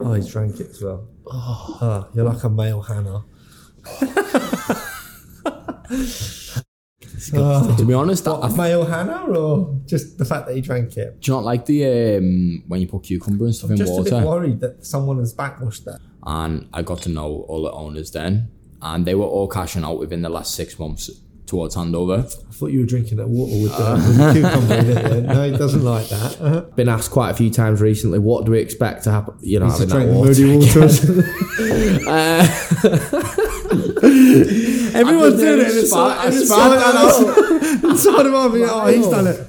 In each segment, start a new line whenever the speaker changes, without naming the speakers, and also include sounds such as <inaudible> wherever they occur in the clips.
Oh, he drank it as well. Oh, you're like a male Hannah.
To be honest, I, I, do
Male Hannah, or just the fact that he drank it?
you not like the um, when you put cucumber and stuff in
Just a bit
water?
worried that someone has backwashed that.
And I got to know all the owners then, and they were all cashing out within the last six months towards handover.
I thought you were drinking that water with the, with the cucumber in it. No, he doesn't like that. Uh-huh.
Been asked quite a few times recently, what do we expect to happen? You know, having that
Drink
water.
moody
<laughs>
waters. Everyone's
I
doing it.
did
and It's
spat-
like- and
I
it's
spat
like- <laughs> and so do I, but, Oh, he's done it.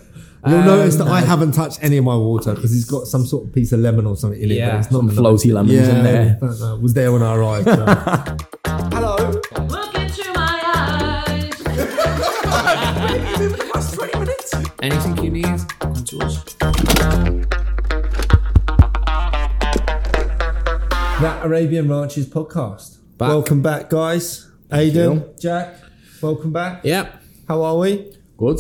You'll notice that I haven't touched any of my water because he's got some sort of piece of lemon or something in it. but
Yeah,
it's not
Some floaty lemons
yeah,
in there.
I don't know. It was there when I arrived. Hello.
Look into my eyes.
Anything you need, come to us.
That Arabian Ranches podcast.
Back.
Welcome back, guys. Aiden, Jack, welcome back.
Yep.
How are we?
Good,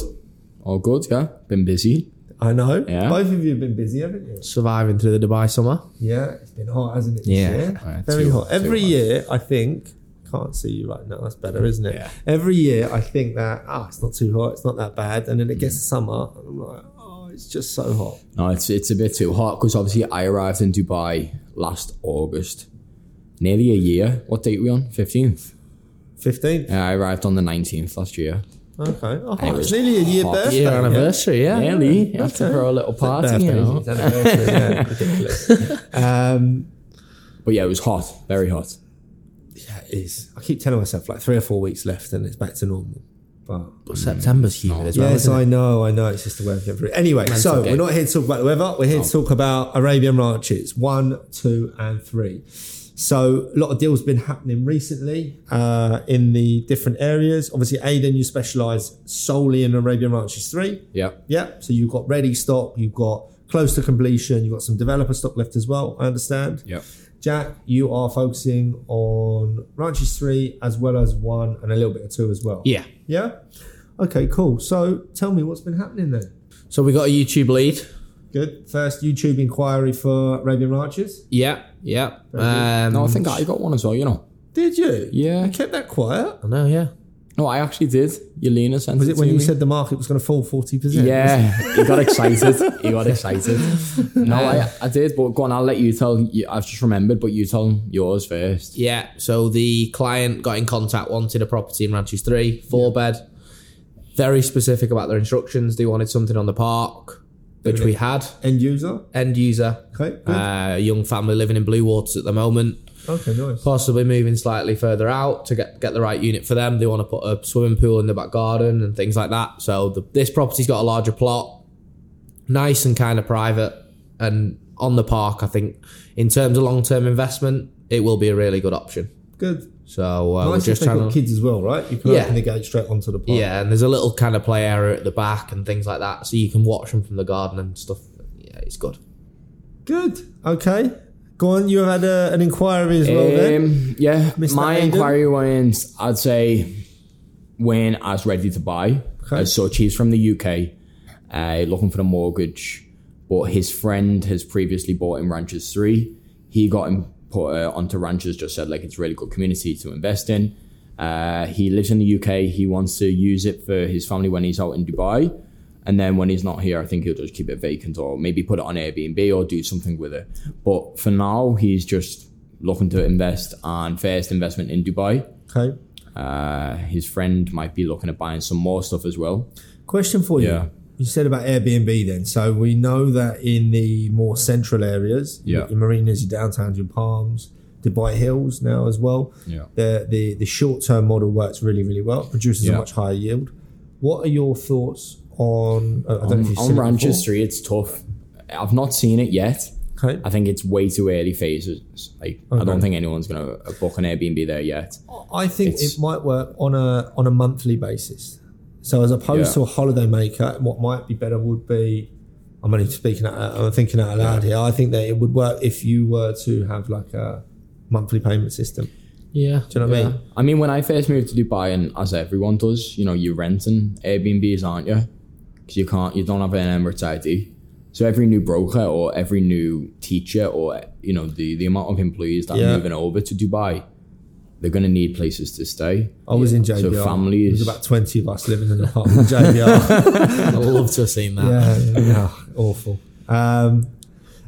all good. Yeah, been busy.
I know.
Yeah.
Both of you have been busy, haven't you?
Surviving through the Dubai summer.
Yeah, it's been hot, hasn't it? this
Yeah.
year?
Yeah,
very
too-
hot.
too
Every
hot.
year, I think. Can't see you right now. That's better, isn't it?
Yeah.
Every year, I think that ah, it's not too hot. It's not that bad. And then it gets
Mm.
to summer, and I'm like, oh, it's just so hot.
No, it's it's a bit too hot because obviously I arrived in Dubai last August, nearly a year. What date are we on? Fifteenth.
Fifteen.
Yeah, I arrived on the nineteenth last year.
Okay. Oh,
It
it's
was
nearly a year
hot.
birthday.
Year anniversary, yeah.
Nearly after for a little party, you know.
It's anniversary, yeah,
<laughs>
ridiculous. Um,
But yeah, it was hot, very hot.
yeah, it is. I keep telling myself like three or four weeks left, and it's back to normal. But
But September's humid as well.
Yes,
isn't it?
I know, I know. It's just the way of everything. Anyway, so
okay.
we're not here to talk about the weather. We're here to talk about Arabian Ranches one, two, and three. So a lot of deals been happening recently uh, in the different areas. Obviously, Aiden, you specialise solely in Arabian Ranches three.
Yeah,
Yeah. So you've got ready stock. You've got close to completion. You've got some developer stock left as well. I understand.
yeah.
Jack, you are focusing on Ranches three as well as one and a little bit of two as well.
Yeah.
Yeah. Okay, cool. So tell me what's been happening then.
So we got a YouTube lead.
Good. First YouTube inquiry for Arabian Ranches.
Yeah, yeah.
Very
Um,
No, I think I got one as well. You know.
Did you?
Yeah.
You kept that quiet.
I know, yeah.
No, I actually did. Yelena sent
Was it when
to
you
me.
said the market was going to fall 40%?
Yeah, he got excited. he got excited. No, I, I did. But go on, I'll let you tell. You, I've just remembered, but you tell yours first.
Yeah. So the client got in contact, wanted a property in Ranches 3, four bed. Very specific about their instructions. They wanted something on the park, which we had.
End user.
End user,
Okay. Good.
uh, young family living in Blue Waters at the moment.
okay, nice.
Possibly moving slightly further out to get, get the right unit for them. They want to put a swimming pool in the back garden and things like that. So the, this property's got a larger plot, nice and kind of private and on the park. I think in terms of long term investment, it will be a really good option.
Good.
So uh, we're
Nice
just
if they've
trying
got
to.
kids as well, right? You can
Yeah.
open the gate straight onto the park.
Yeah, and there's a little kind of play area at the back and things like that, so you can watch them from the garden and stuff. Yeah, it's good.
Good. Okay. Go on. You had a, an inquiry as well then.
Um, yeah,
Mr.
my
Hayden?
inquiry went. I'd say when I was ready to buy.
Okay.
As such, he's from the UK, uh, looking for a mortgage. But his friend has previously bought in Ranchers Three. He got him put uh, onto Ranchers. Just said like it's a really good community to invest in. Uh, he lives in the UK. He wants to use it for his family when he's out in Dubai. And then when he's not here, I think he'll just keep it vacant or maybe put it on Airbnb or do something with it. But for now, he's just looking to invest on first investment in Dubai.
Okay.
Uh, his friend might be looking at buying some more stuff as well.
Question for you.
Yeah.
You said about Airbnb then. So we know that in the more central areas,
Yeah.
your marinas, your downtowns, your palms, Dubai Hills now as well,
Yeah.
the, the, the short term model works really, really well, It produces a
Yeah.
much higher yield. What are your thoughts on, uh, I don't know if you've
on
seen
Ranches
it
Three, it's tough. I've not seen it yet.
before. Okay.
I think it's way too early phases. Like I
Okay.
don't think anyone's gonna uh, book an Airbnb there yet.
I think
It's-
it might work on a on a monthly basis. So as opposed
Yeah.
to a holiday maker, what might be better would be. I'm only speaking. Out, I'm thinking out loud here. I think that it would work if you were to have like a monthly payment system.
Yeah,
Do you know what
<laughs>
I mean?
I mean, when I first moved to Dubai, and as everyone does, you know, you're renting Airbnbs, aren't you? Because you can't, you don't have an Emirates ID. So every new broker or every new teacher or you know the the amount of employees that
Yeah.
are moving over to Dubai, they're gonna need places to stay.
I was in JBR.
So
There was
families,
about 20 of us living in an apartment in
<laughs>
JBR.
I'd love to have seen that.
yeah, yeah, awful. Um,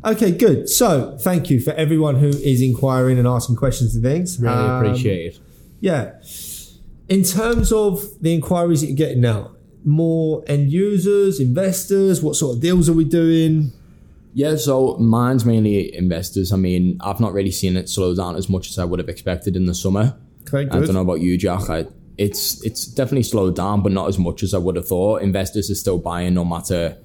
okay, good. So thank you for everyone who is inquiring and asking questions and things.
Really
Um,
appreciate it.
Yeah. In terms of the inquiries that you're getting now, more end users, investors, what sort of deals are we doing?
Yeah, so mine's mainly investors. I mean, I've not really seen it slow down as much as I would have expected in the summer.
Okay,
I don't
good.
know about you, Jack. I, it's it's definitely slowed down, but not as much as I would have thought. Investors are still buying, no matter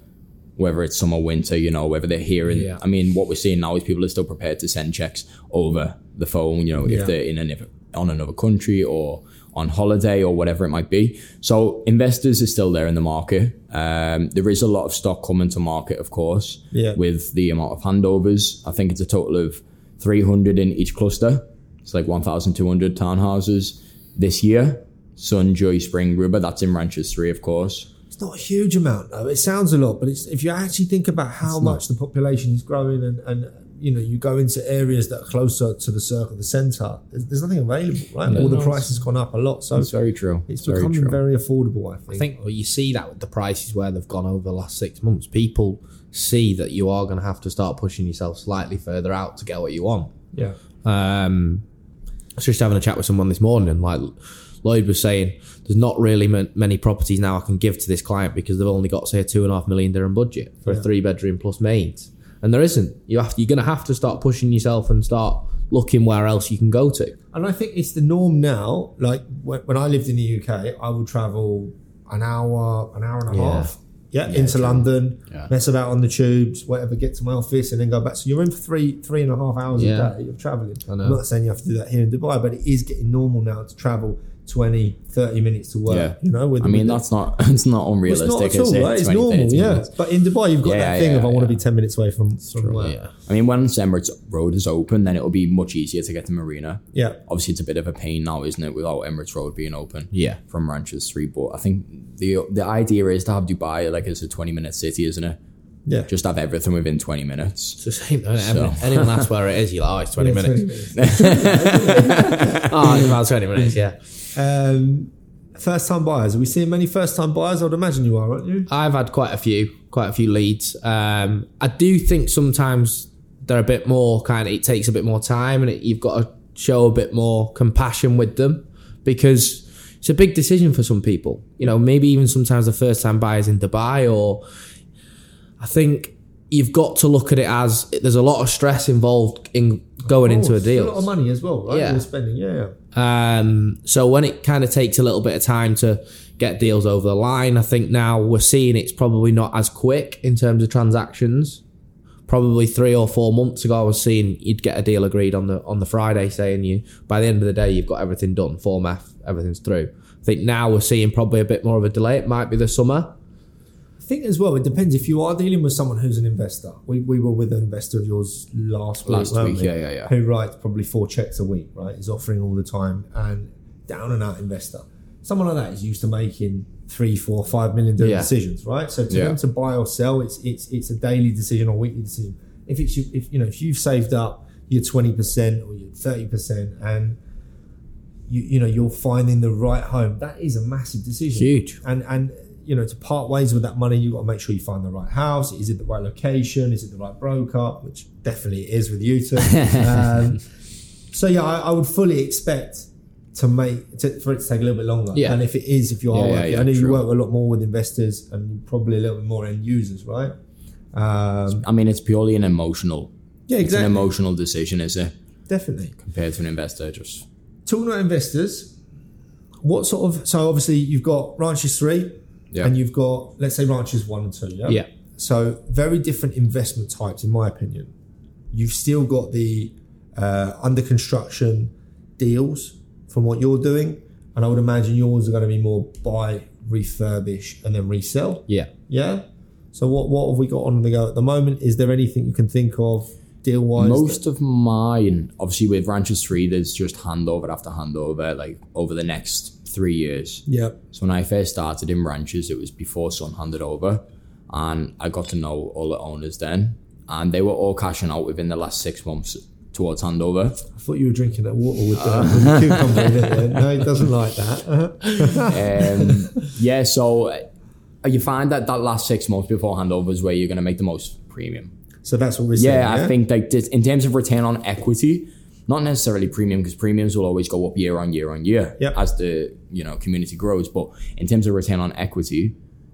whether it's summer, winter. You know, whether they're here. And
Yeah.
I mean, what we're seeing now is people are still prepared to send checks over the phone. You know,
Yeah.
if they're in another on another country or on holiday or whatever it might be. So investors are still there in the market. Um, there is a lot of stock coming to market, of course,
Yeah.
with the amount of handovers. I think it's a total of 300 in each cluster. It's like 1,200 townhouses this year. Sun, Joy, Spring, Rubber. That's in Ranchers 3, of course.
It's not a huge amount though. It sounds a lot, but it's if you actually think about how much the population is growing and, and you know, you go into areas that are closer to the circle, the centre, there's, there's nothing available, right? All the
No,
price has gone up a lot. So
It's very true.
it's
very
becoming
true.
very affordable, I
I
think.
think well, you see that with the prices where they've gone over the last six months. People see that you are going to have to start pushing yourself slightly further out to get what you want.
yeah.
Um, I was just having a chat with someone this morning, and like Lloyd was saying, there's not really man- many properties now I can give to this client because they've only got say a two and a half million dirham budget for a three bedroom plus maid, and there isn't. You have you're going to have to start pushing yourself and start looking where else you can go to.
And I think it's the norm now. Like when, when I lived in the UK, I would travel an hour, an hour and a
Yeah.
half. Yeah, into London,
Yeah.
mess about on the tubes, whatever, get to my office, and then go back. So you're in for three, three and a half hours
Yeah.
a day of traveling.
I know.
I'm not saying you have to do that here in Dubai, but it is getting normal now to travel 20, 30 minutes to work.
Yeah.
You know, with
I mean,
with-
that's not <laughs> it's not
it's
unrealistic.
not at
is
all,
it?
right? It's
20,
normal,
30
yeah.
minutes.
But in Dubai, you've got
Yeah,
that
yeah,
thing of
yeah,
I want to be
yeah.
ten minutes away from, from work.
Yeah.
I mean, once Emirates Road is open, then it'll be much easier to get to Marina.
yeah,
Obviously, it's a bit of a pain now, isn't it, without Emirates Road being open?
Yeah.
From Ranchers 3. But I think the the idea is to have Dubai like it's a 20 minute city, isn't it?
yeah.
Just have everything within 20 minutes.
It's the same. though, isn't it? <laughs> Anyone asks where it is, you're like, oh, it's
<laughs>
20
Yeah,
minutes.
20 minutes.
oh, it's about 20 minutes, yeah.
Um, first time buyers. Are we seeing many first time buyers? I'd imagine you are, aren't you?
I've had quite a few, quite a few leads. Um, I do think sometimes they're a bit more kind of, it takes a bit more time and it, you've got to show a bit more compassion with them because it's a big decision for some people. You know, maybe even sometimes the first time buyers in Dubai or I think you've got to look at it as there's a lot of stress involved in going into a
It's
deal.
A lot of money as well, right?
Yeah.
You're spending, yeah, yeah.
Um, so when it kind of takes a little bit of time to get deals over the line, I think now we're seeing it's probably not as quick in terms of transactions. Probably three or four months ago, I was seeing you'd get a deal agreed on the on the Friday, saying you by the end of the day you've got everything done, form F, everything's through. I think now we're seeing probably a bit more of a delay. It might be the summer.
I think as well, it depends if you are dealing with someone who's an investor. We, we were with an investor of yours last week,
Last
weren't
week,
we?
yeah, yeah, yeah.
Who writes probably four checks a week, right? Is offering all the time and down and out investor. Someone like that is used to making three, four, five million different
Yeah.
decisions, right? So to
Yeah.
them to buy or sell, it's it's it's a daily decision or weekly decision. If it's you- if you know if you've saved up your twenty percent or your thirty percent and you, you know you're finding the right home, that is a massive decision
Huge.
and and you know to part ways with that money you've got to make sure you find the right house is it the right location is it the right broker which definitely it is with you two um, so yeah I, I would fully expect to make to, for it to take a little bit longer
Yeah.
and if it is if you are
Yeah, yeah,
working I
yeah,
know you
true.
work a lot more with investors and probably a little bit more end users right um,
I mean, it's purely an emotional.
yeah
It's an
exactly
emotional decision, is it?
definitely
Compared to an investor, just
talking about investors what sort of so obviously you've got ranches three
yeah.
and you've got let's say ranches one and two yeah
Yeah,
So very different investment types, in my opinion. You've still got the uh, under construction deals from what you're doing, and I would imagine yours are going to be more buy, refurbish, and then resell.
yeah.
Yeah. So what what have we got on the go at the moment? Is there anything you can think of deal wise?
Most of mine, obviously, with Ranchers 3, there's just handover after handover, like over the next three years.
yeah.
So when I first started in Ranchers, it was before Sun handed over. and I got to know all the owners then, and they were all cashing out within the last six months towards handover.
I thought you were drinking that water with the,
Uh.
with the cucumber in it. Then. No, he doesn't like that.
<laughs>
Uh-huh.
Um, yeah, so uh, you find that that last six months before handover is where you're going to make the most premium.
So that's what we're saying.
Yeah, I think like this in terms of return on equity, not necessarily premium because premiums will always go up year on year on year
Yep.
as the you know community grows. But in terms of return on equity,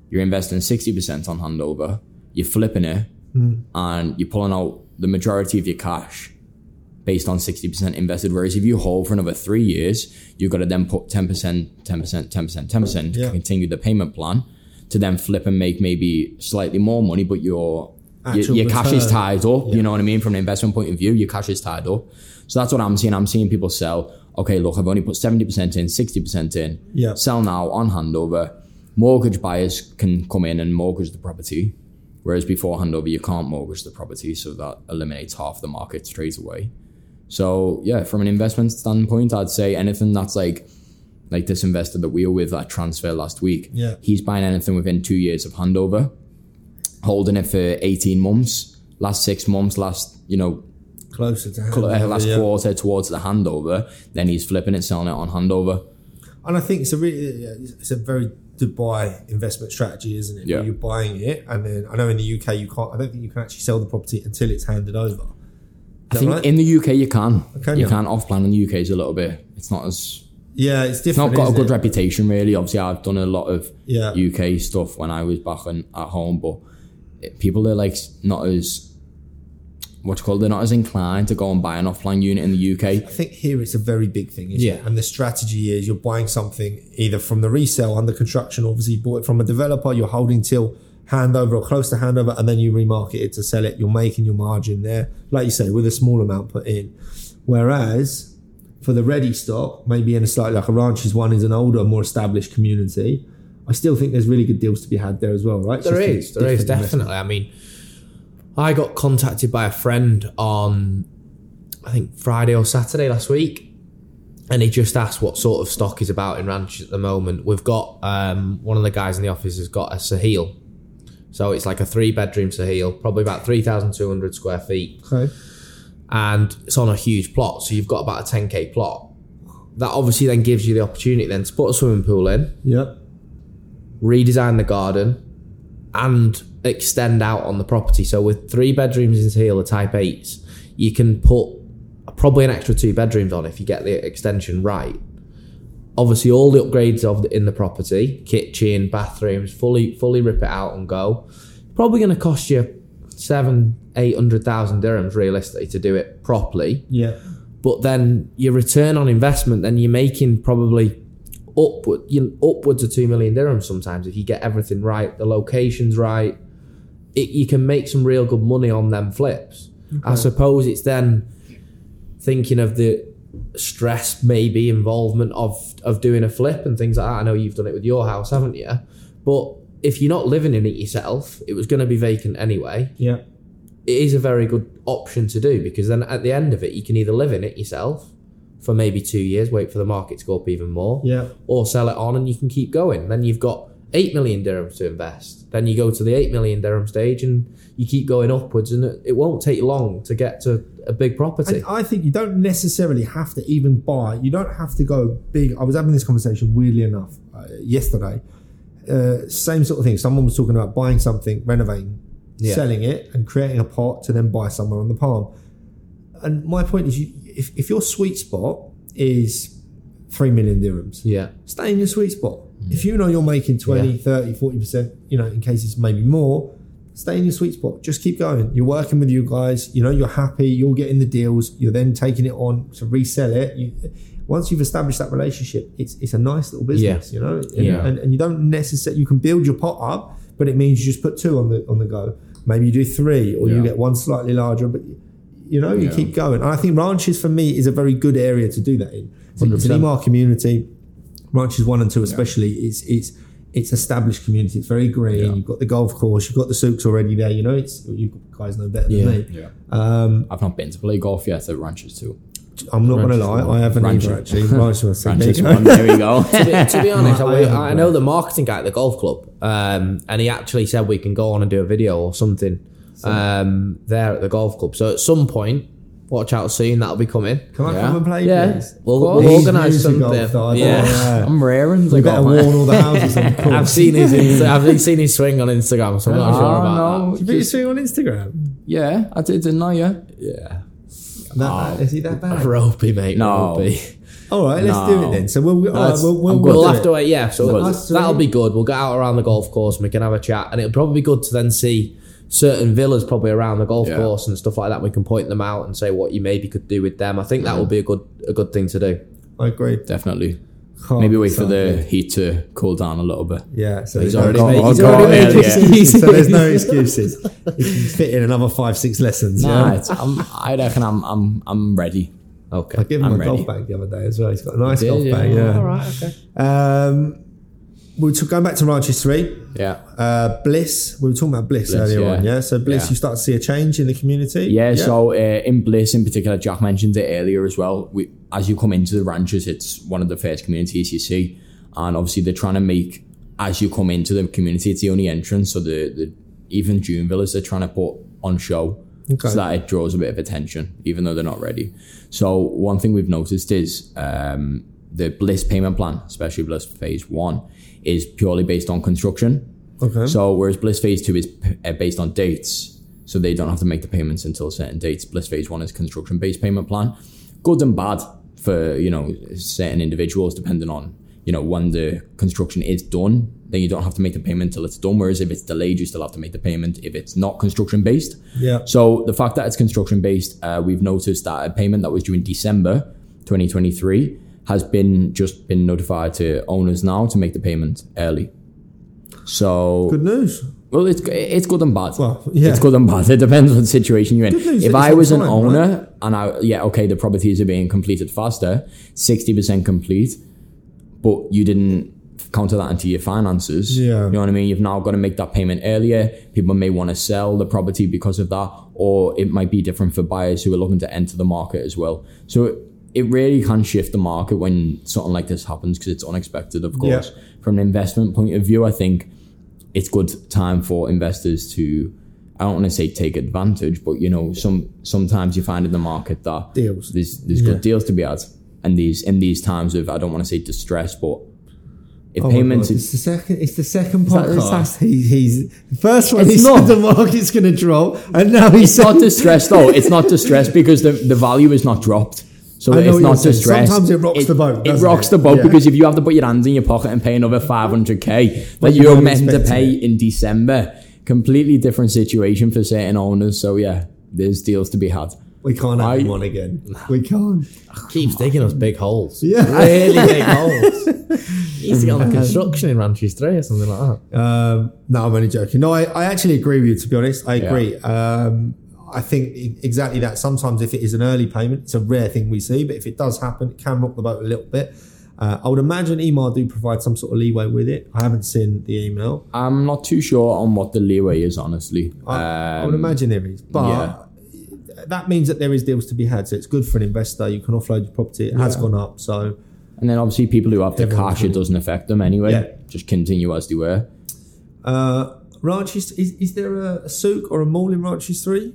you're investing sixty percent on handover, you're flipping it,
Hmm.
and you're pulling out the majority of your cash based on sixty percent invested. Whereas if you hold for another three years, you've got to then put ten percent, ten percent, ten percent, ten percent to
Yeah.
continue the payment plan. To then flip and make maybe slightly more money, but your your,
Actual
your cash is
return.
tied tied up. You know what I mean? From an investment point of view, your cash is tied up. So that's what I'm seeing. I'm seeing people sell. Okay, look, I've only put 70% in, 60% in.
Yeah.
Sell now on handover. Mortgage buyers can come in and mortgage the property. Whereas before handover, you can't mortgage the property. So that eliminates half the market straight away. So yeah, from an investment standpoint, I'd say anything that's like like this investor that we were with that transfer last week.
Yeah.
He's buying anything within two years of handover, holding it for 18 months, last six months, last, you know,
closer to
cl- uh,
handover,
last
yeah.
quarter towards the handover, then he's flipping it, selling it on handover.
And I think it's a really, yeah, it's it's a very Dubai investment strategy, isn't it?
Yeah.
Where You're buying it, and then I know in the UK you can't. I don't think you can actually sell the property until it's handed over.
I
that
think
right? Oh,
in the UK you can.
Can
you
you?
can off plan in the UK is a little bit. It's not as
Yeah, it's
it's not
different.
got a
isn't
good
it?
reputation really. Obviously I've done a lot of
Yeah.
UK stuff when I was back in, at home, but it- people are like not as what's called they're not as inclined to go and buy an off plan unit in the UK.
I think here it's a very big thing, isn't it?
Yeah.
And the strategy is you're buying something either from the resale under construction, obviously you bought it from a developer, you're holding till handover or close to handover, and then you remarket it to sell it. You're making your margin there, like you say, with a small amount put in. Whereas for the ready stock, maybe in a slightly like a rancher's one is an older, more established community. I still think there's really good deals to be had there as well, right? It's
There
just a
is, there is
different investment.
definitely. I mean, I got contacted by a friend on, I think Friday or Saturday last week, and he just asked what sort of stock is about in ranch at the moment. We've got um, one of the guys in the office has got a Sahil, so it's like a three bedroom Sahil, probably about three thousand two hundred square feet
Okay.
and it's on a huge plot. So you've got about a 10k plot. That obviously then gives you the opportunity then to put a swimming pool in,
Yep.
redesign the garden, and extend out on the property. So with three bedrooms in Seal, the type eights, you can put probably an extra two bedrooms on if you get the extension right. Obviously, all the upgrades of the, in the property, kitchen, bathrooms, fully fully rip it out and go. Probably going to cost you seven, eight hundred thousand dirhams realistically to do it properly
Yeah.
but then your return on investment, then you're making probably upward, you know, upwards of two million dirhams sometimes if you get everything right, the locations right. It, you can make some real good money on them flips. I suppose it's then thinking of the stress, maybe involvement of of doing a flip and things like that. I know you've done it with your house, haven't you? But if you're not living in it yourself, it was going to be vacant anyway
Yeah.
it is a very good option to do because then at the end of it, you can either live in it yourself for maybe two years, wait for the market to go up even more,
Yeah.
or sell it on and you can keep going. Then you've got 8 million dirhams to invest. Then you go to the 8 million dirham stage and you keep going upwards, and it, it won't take long to get to a big property.
And I think you don't necessarily have to even buy. You don't have to go big. I was having this conversation weirdly enough uh, yesterday. Uh, same sort of thing. Someone was talking about buying something, renovating,
Yeah.
selling it, and creating a pot to then buy somewhere on the palm. And my point is, you, if, if your sweet spot is three million dirhams,
<laughs> yeah.
stay in your sweet spot.
Mm.
If you know you're making 20, 30, 40%, you know, in cases maybe more, stay in your sweet spot. Just keep going. You're working with you guys, you know, you're happy, you're getting the deals, you're then taking it on to resell it. You, once you've established that relationship, it's it's a nice little business, you know, and,
Yeah.
and, and you don't necessarily, you can build your pot up, but it means you just put two on the, on the go. Maybe you do three or you
Yeah.
get one slightly larger, but you know, you
Yeah.
keep going. And I think ranches for me is a very good area to do that in. It's an- It's an
100%.
Imar community. Ranches one and two, especially, it's it's it's established community. It's very green. You've got the golf course. You've got the souks already there. You know, it's you guys know better than
Yeah.
me.
I've not been to play golf yet at ranches too.
I'm not going to
Ranches
lie,
one.
I haven't either,
Ranches.
actually. Ranches one, there you
Ranches
go.
one. There we go. <laughs>
<laughs>
to be honest, I,
I haven't,
I know the marketing guy at the golf club, um, and he actually said we can go on and do a video or something um, there at the golf club. So at some point, watch out soon, that'll be coming.
<laughs> Can I come and play,
Yeah,
please?
we'll,
He's
we'll organise
music
something.
off, though, I don't
Yeah.
know.
I'm raring.
You
to
uh, better
go, man. <laughs>
warn all the houses on the course.
<laughs> I've seen
<laughs>
his Insta- I've seen his swing on Instagram, so I'm not sure
Oh,
about
no.
Did you put your swing on Instagram?
Yeah, I did, didn't I? Yeah.
that.
That, Is he that
Yeah,
bad?
<laughs> ropey mate.
No.
ropey.
All right, let's do it then. So we'll all right,
That's-
we'll, we'll,
I'm
we'll
good.
do
We'll have
it.
to wait. Yeah, so
Good.
that's- that'll be good. We'll get out around the golf course and we can have a chat, and it'll probably be good to then see certain villas probably around the golf
Yeah.
course and stuff like that. We can point them out and say what you maybe could do with them. I think that would be a good a good thing to do.
I agree.
Definitely.
Can't
Maybe wait for
stop
the
it.
heat to cool down a little bit.
yeah. So
He's
there's no
already made-
excuse-
he's
he's already
already
made
made
excuses, <laughs> so there's no excuses. He can fit in another five, six lessons.
Nah,
yeah?
it's, I'm, I reckon I'm I'm I'm ready.
Okay.
I gave him
I'm
a
ready.
golf bag the other day as well. He's got a nice
did,
golf
yeah.
bag. Yeah.
All right. Okay.
Um, we were t- going back to Ranches Three.
Yeah.
Uh, Bliss, we were talking about Bliss, earlier
yeah.
on, yeah. So Bliss,
Yeah.
you start to see a change in the community.
Yeah, so uh, in Bliss in particular, Jack mentioned it earlier as well. We, as you come into the ranches, it's one of the first communities you see. And obviously, they're trying to make, as you come into the community, it's the only entrance. So the, the even June villas, they're trying to put on show
Okay.
so that it draws a bit of attention, even though they're not ready. So one thing we've noticed is um, the Bliss payment plan, especially Bliss Phase 1, is purely based on construction.
Okay.
So whereas Bliss Phase Two is p- uh, based on dates, so they don't have to make the payments until certain dates. Bliss Phase One is construction-based payment plan, good and bad for you know certain individuals depending on you know when the construction is done. Then you don't have to make the payment till it's done. Whereas if it's delayed, you still have to make the payment if it's not construction based.
Yeah.
So the fact that it's construction based, uh, we've noticed that a payment that was due in December 2023 has been just been notified to owners now to make the payment early. So
Good news.
well, it's it's good and bad.
Well, yeah.
It's good and bad. It depends on the situation you're in.
news
if
that
I
it's on
was an
time,
owner and I yeah okay, the properties are being completed faster, sixty percent complete, but you didn't counter that into your finances.
Yeah.
you know what I mean. You've now got to make that payment earlier. People may want to sell the property because of that, or it might be different for buyers who are looking to enter the market as well. So. It, it really can shift the market when something like this happens because it's unexpected, of course. From an investment point of view, I think it's good time for investors to I don't want to say take advantage, but you know, some sometimes you find in the market that
Deals.
There's there's
Yeah.
good deals to be had, and these in these times of I don't want to say distress, but if
Oh my
payments,
God, it's the second. It's the second
that- is
podcast. He, he's the first one. he
It's not.
said the market's going to drop, and now he's
it's not distress though. It's not distress because the the value is not dropped. So
I know
it's
what you're
not
saying.
distress.
Sometimes it rocks the boat,
It
doesn't
rocks
it?
the boat
Yeah.
because if you have to put your hands in your pocket and pay another 500k that
you
you're
weren't
meant to
expecting
pay in December, completely different situation for certain owners. So yeah, there's deals to be had.
We can't have
I-
him on again. We can't.
Keeps digging us big holes.
Yeah. <laughs>
Really big holes. Needs to get on the construction in Ranches Three or something like that.
Um, no, I'm only joking. No, I, I actually agree with you. To be honest, I agree. Um, I think e- exactly that. Sometimes, if it is an early payment, it's a rare thing we see, but if it does happen, it can rock the boat a little bit. Uh, I would imagine email do provide some sort of leeway with it. I haven't seen the email.
I'm not too sure on what the leeway is, honestly.
I
Um,
would imagine there is, but that means that there is deals to be had. So it's good for an investor. You can offload your property. It has gone up, so
and then obviously people who have the
Everyone's
cash, it doesn't affect them anyway.
Yeah.
Just continue as they were.
Uh, Ranches, is, is there a, a souk or a mall in Ranches 3?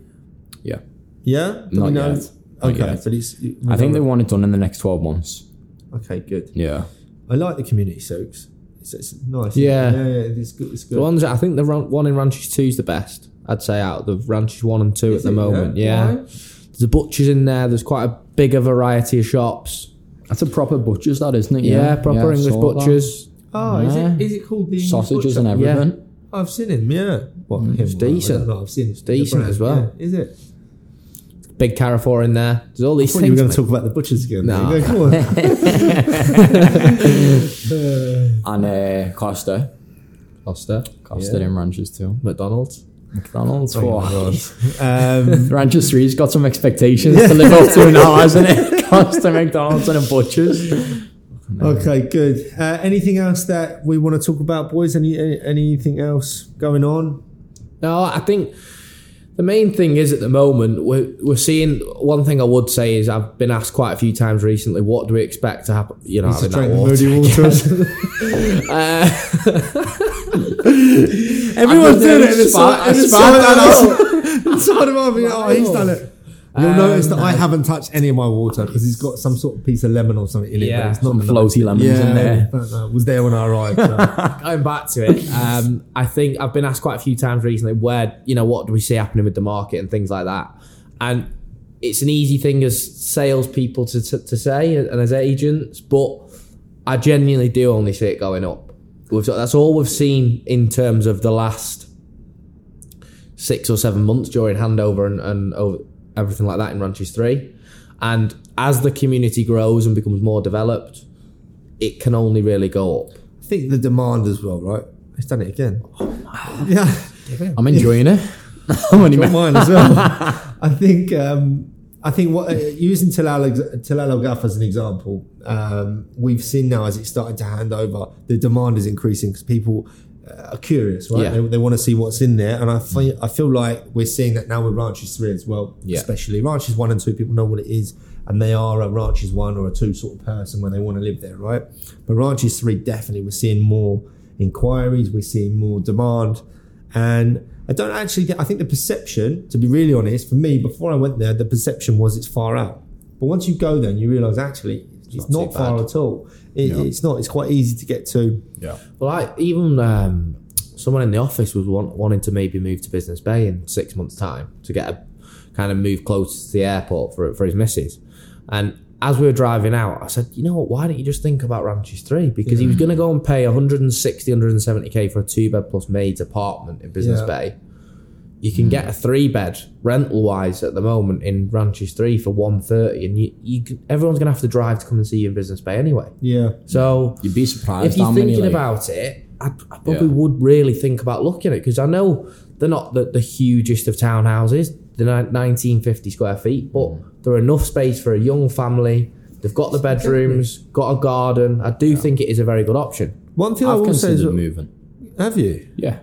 Yeah.
Yeah? Do
Not
we know?
yet. Not
Okay,
yet.
but it's. we
I think they
know-
want it done in the next 12 months.
Okay, good.
Yeah.
I like the community souks. It's, it's nice.
Yeah.
yeah, yeah, it's good. It's good.
The ones I think the ran- one in Ranches Two is the best. I'd say out of the Ranches One and Two at the
it?
moment.
Yeah?
Yeah.
Why?
There's a butchers in there. There's quite a bigger variety of shops.
That's a proper butcher's, that, isn't it?
Yeah, proper
I
English
saw that.
butchers.
oh, is it? Is it called the English
Sausages
Butcher?
and
Yeah.
everything.
I've seen him. Yeah, what? him, I don't
Mm, decent.
know, I've seen it's
decent as well.
is it?
Big Carrefour in there. There's all these
Thought you were
things.
going to
mate.
talk about the butchers again.
No.
There you
<laughs>
go, come on.
And uh, Costa.
Costa,
Costa in Ranches too.
McDonald's.
McDonald's. Oh
um,
<laughs> Ranches 3's got some expectations to live up to now, hasn't it? <laughs> Costa, McDonald's, and a butcher's.
okay, good. Uh, anything else that we want to talk about, boys? Any, any anything else going on?
No, I think The main thing is at the moment we're, we're seeing one thing I would say is I've been asked quite a few times recently what do we expect to happen you know
To
having that
drink
water.
moody waters. <laughs> Everyone's
I've
doing it.
done
and it's
spa-
so- and it's
spa- <laughs>
so
spa-
bad. So do I, but, Oh, he's done it. You'll
Um,
notice that I haven't touched any of my water because he's got some sort of piece of lemon or something in it. but
Yeah,
it's not
Some
lemon.
floaty lemons
Yeah,
in there.
I don't know. It was there when I arrived.
<laughs>
so.
going back to it, um, I think I've been asked quite a few times recently where you know what do we see happening with the market and things like that, and it's an easy thing as salespeople to, to, to say and as agents, but I genuinely do only see it going up. We've, that's all we've seen in terms of the last six or seven months during handover and, and over, everything like that in Ranches Three, and as the community grows and becomes more developed, it can only really go up.
I think the demand as well, right? He's done it
<sighs>
again. Yeah,
I'm enjoying it. <laughs> I'm only
got mine as well. <laughs> I think um, I think what uh, using Talal ex- Talal El Gaf as an example, um, we've seen now as it's starting to hand over, the demand is increasing because people uh, are curious, right?
Yeah.
They, they want to see what's in there, and I feel I feel like we're seeing that now with Ranches Three as well,
Yeah.
especially Ranches One and Two. People know what it is, and they are a Ranches One or a Two sort of person when they want to live there, right? But Ranches Three definitely we're seeing more inquiries, we're seeing more demand, and I don't actually get. I think the perception, to be really honest, for me before I went there, the perception was it's far out. But once you go there, and you realise actually it's,
not
not,
too
far
bad.
at all. It, It's not. It's quite easy to get to.
Yeah.
Well, I, even um, someone in the office was want, wanting to maybe move to Business Bay in six months' time to get a kind of move close to the airport for for his missus. And as we were driving out, I said, you know what? Why don't you just think about Ranches Three? Because he was going to go and pay 160, 170k for a two bed plus maids apartment in Business
Yeah.
Bay. You can get a three bed rental wise at the moment in Ranches Three for 130, and you, you can, everyone's going to have to drive to come and see you in Business Bay anyway.
Yeah.
So
You'd be surprised
if you're
how many.
thinking
like-
about it, I, I probably
Yeah.
would really think about looking at it because I know they're not the, the hugest of townhouses, they're ni- 1950 square feet, but
Mm.
they're enough space for a young family. They've got the bedrooms, got a garden. I do think it is a very good option.
One thing i
I've
will say
considered
is,
moving.
have you?
Yeah.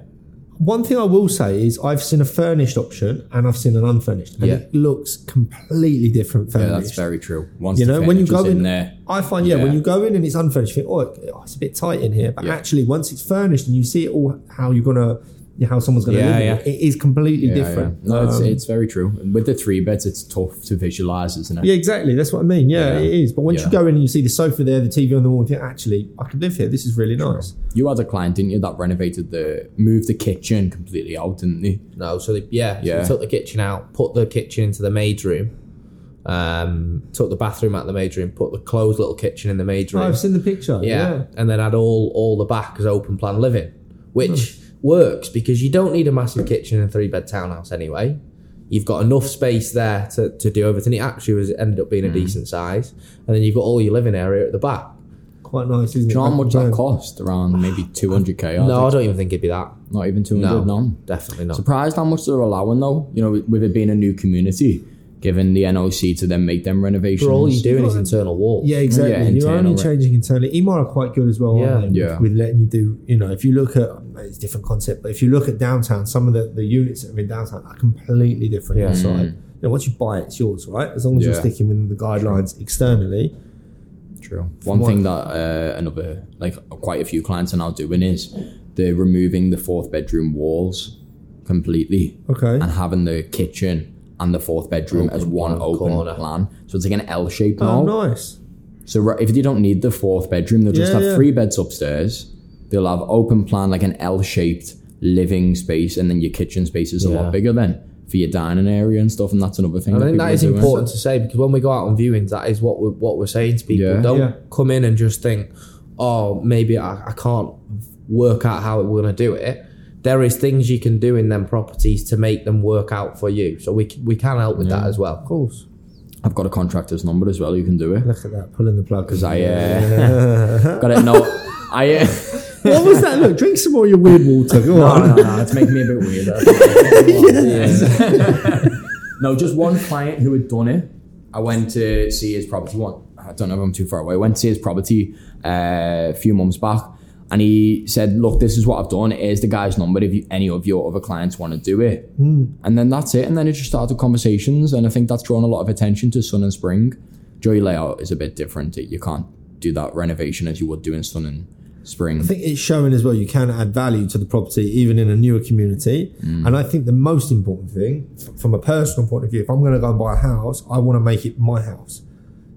One thing I will say is I've seen a furnished option and I've seen an unfurnished, and
Yeah.
it looks completely different
Yeah,
furnished.
that's very true. Once
you know, when you go in,
there,
I find yeah, when
Yeah.
you go in and it's unfurnished, you think, oh, it- oh, it's a bit tight in here. But
Yeah.
actually, once it's furnished and you see it all, how you're gonna, how someone's gonna
Yeah,
live, in
yeah.
it, it is completely
Yeah,
different.
yeah. No, it's,
Um,
it's very true. And With the three beds, it's tough to visualize, isn't it?
yeah, exactly. That's what I mean. Yeah,
Yeah.
it is. But once you
Yeah.
go in and you see the sofa there, the TV on the wall, you think, actually, I could live here. This is really nice.
You had a client, didn't you, that renovated the moved the kitchen completely out, didn't they?
No, so they, yeah, so they
Yeah.
took the kitchen out, put the kitchen into the maid's room, um, took the bathroom out of the maid's room, put the closed little kitchen in the maid's room.
I've seen the picture.
yeah.
yeah.
and then add all all the back as open plan living, which works because you don't need a massive kitchen and three bed townhouse anyway. You've got enough space there to, to do everything. It actually was ended up being a decent size, and then you've got all your living area at the back.
Quite nice, isn't it?
Do you know how
Back
much
plan.
that cost? Around maybe 200k.
No, I
No,
don't even think it'd be that.
not even 200.
No,
none.
definitely not.
Surprised how much they're allowing though. You know, with, with it being a new community, given the NOC to then make them renovations.
For all you're doing is internal walls.
Yeah, exactly.
Yeah,
You're only
internal, right.
changing internally. Emar are quite good as well,
Yeah.
aren't they?
Yeah.
With, with letting you do, you know, if you look at it's a different concept, but if you look at downtown, some of the, the units that are in downtown are completely different
Yeah.
inside. You know, once you buy it, it's yours, right? As long as you're
Mm. Yeah.
sticking within the guidelines externally.
True. One
what-
thing that uh, another like quite a few clients are now doing is they're removing the fourth bedroom walls completely
Okay.
and having the kitchen and the fourth bedroom as one
plan
open
corner.
plan. So it's like an L shape now.
Oh, nice.
So ra- if they don't need the fourth bedroom, they'll just
Yeah,
have
yeah.
three beds upstairs. They'll have open plan like an L shaped living space, and then your kitchen space is a
Yeah.
lot bigger then for your dining area and stuff. And that's another thing.
I think
people
that
are
is
doing.
important to say because when we go out on viewings, that is what we're, what we're saying to people.
Yeah.
Don't
Yeah.
come in and just think, oh, maybe I, I can't work out how we're going to do it. There is things you can do in them properties to make them work out for you. So we, c- we can help with that as well.
Of course.
I've got a contractor's number as well. You can
<laughs>
do it.
Look at that, pulling the plug.
Because I uh, got it. No, I. Uh,
<laughs> what was that? Look, drink some more of your weird water. Go on.
<laughs> Oh, no, no, it's making me
<laughs>
a bit weird. no, just one client who had done it. I went to see his property. One, I don't know if I'm too far away. I went to see his property uh, a few months back, And he said, "Look, this is what I've done. Here's the guy's number. If you, any of your other clients want to do it,
Hmm.
and then that's it. And then it just started conversations, and I think that's drawn a lot of attention to Sun and Spring. Joy layout is a bit different. You can't do that renovation as you would do in Sun and Spring.
I think it's showing as well you can add value to the property even in a newer community.
Mm.
And I think the most important thing, f- from a personal point of view, if I'm going to go and buy a house, I want to make it my house.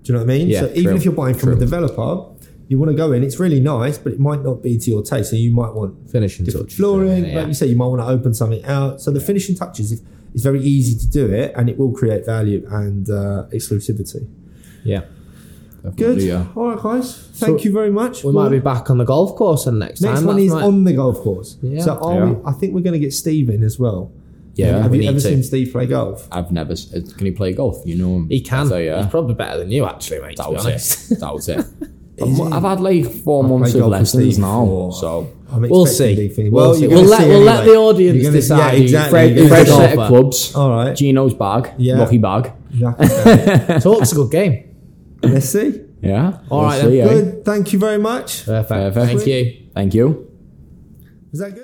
Do you know what I mean?
Yeah,
so even
true,
if you're buying from a
true.
developer, you want to go in. It's really nice, but it might not be to your taste. So you might want
Finishing
different
touch.
flooring,
Yeah.
like you say, you might want to open something out. So the finishing touches is, is very easy to do it, and it will create value and uh, exclusivity.
Yeah.
Good.
Definitely, yeah.
All right, guys. Thank you very much.
We might be back on the golf course then next,
Next
time.
one
That's
is
right.
on the golf course.
Yeah.
So are
Yeah.
we, I think we're going to get Steve in as well.
Yeah,
Have
we
you
need
ever
to.
seen Steve play golf?
I've never. s- uh, Can he play golf? You know him.
He can.
So yeah,
He's probably better than you, actually, mate.
that
to be
was
honest. <laughs>
it. That was it. I've, I've had like 4 months
played
of
golf with
lessons
Steve
now,
for-
so
I'm
We'll
expecting
see.
big things.
We'll
Well,
see.
you're
We'll
gonna
let-
see
we'll let
anyway.
the audience
You're gonna- Yeah,
decide who-
exactly.
Fred-
You're gonna
Fred
fresh
see-
set
golfer.
of clubs.
All right.
Gino's bag.
Yeah.
Lucky bag.
<laughs> Talk's a good game.
Let's see.
Yeah.
All right
see,
then.
eh?
Good. Thank you very much.
Perfect.
Perfect.
Thank you.
Thank you.
Is that good?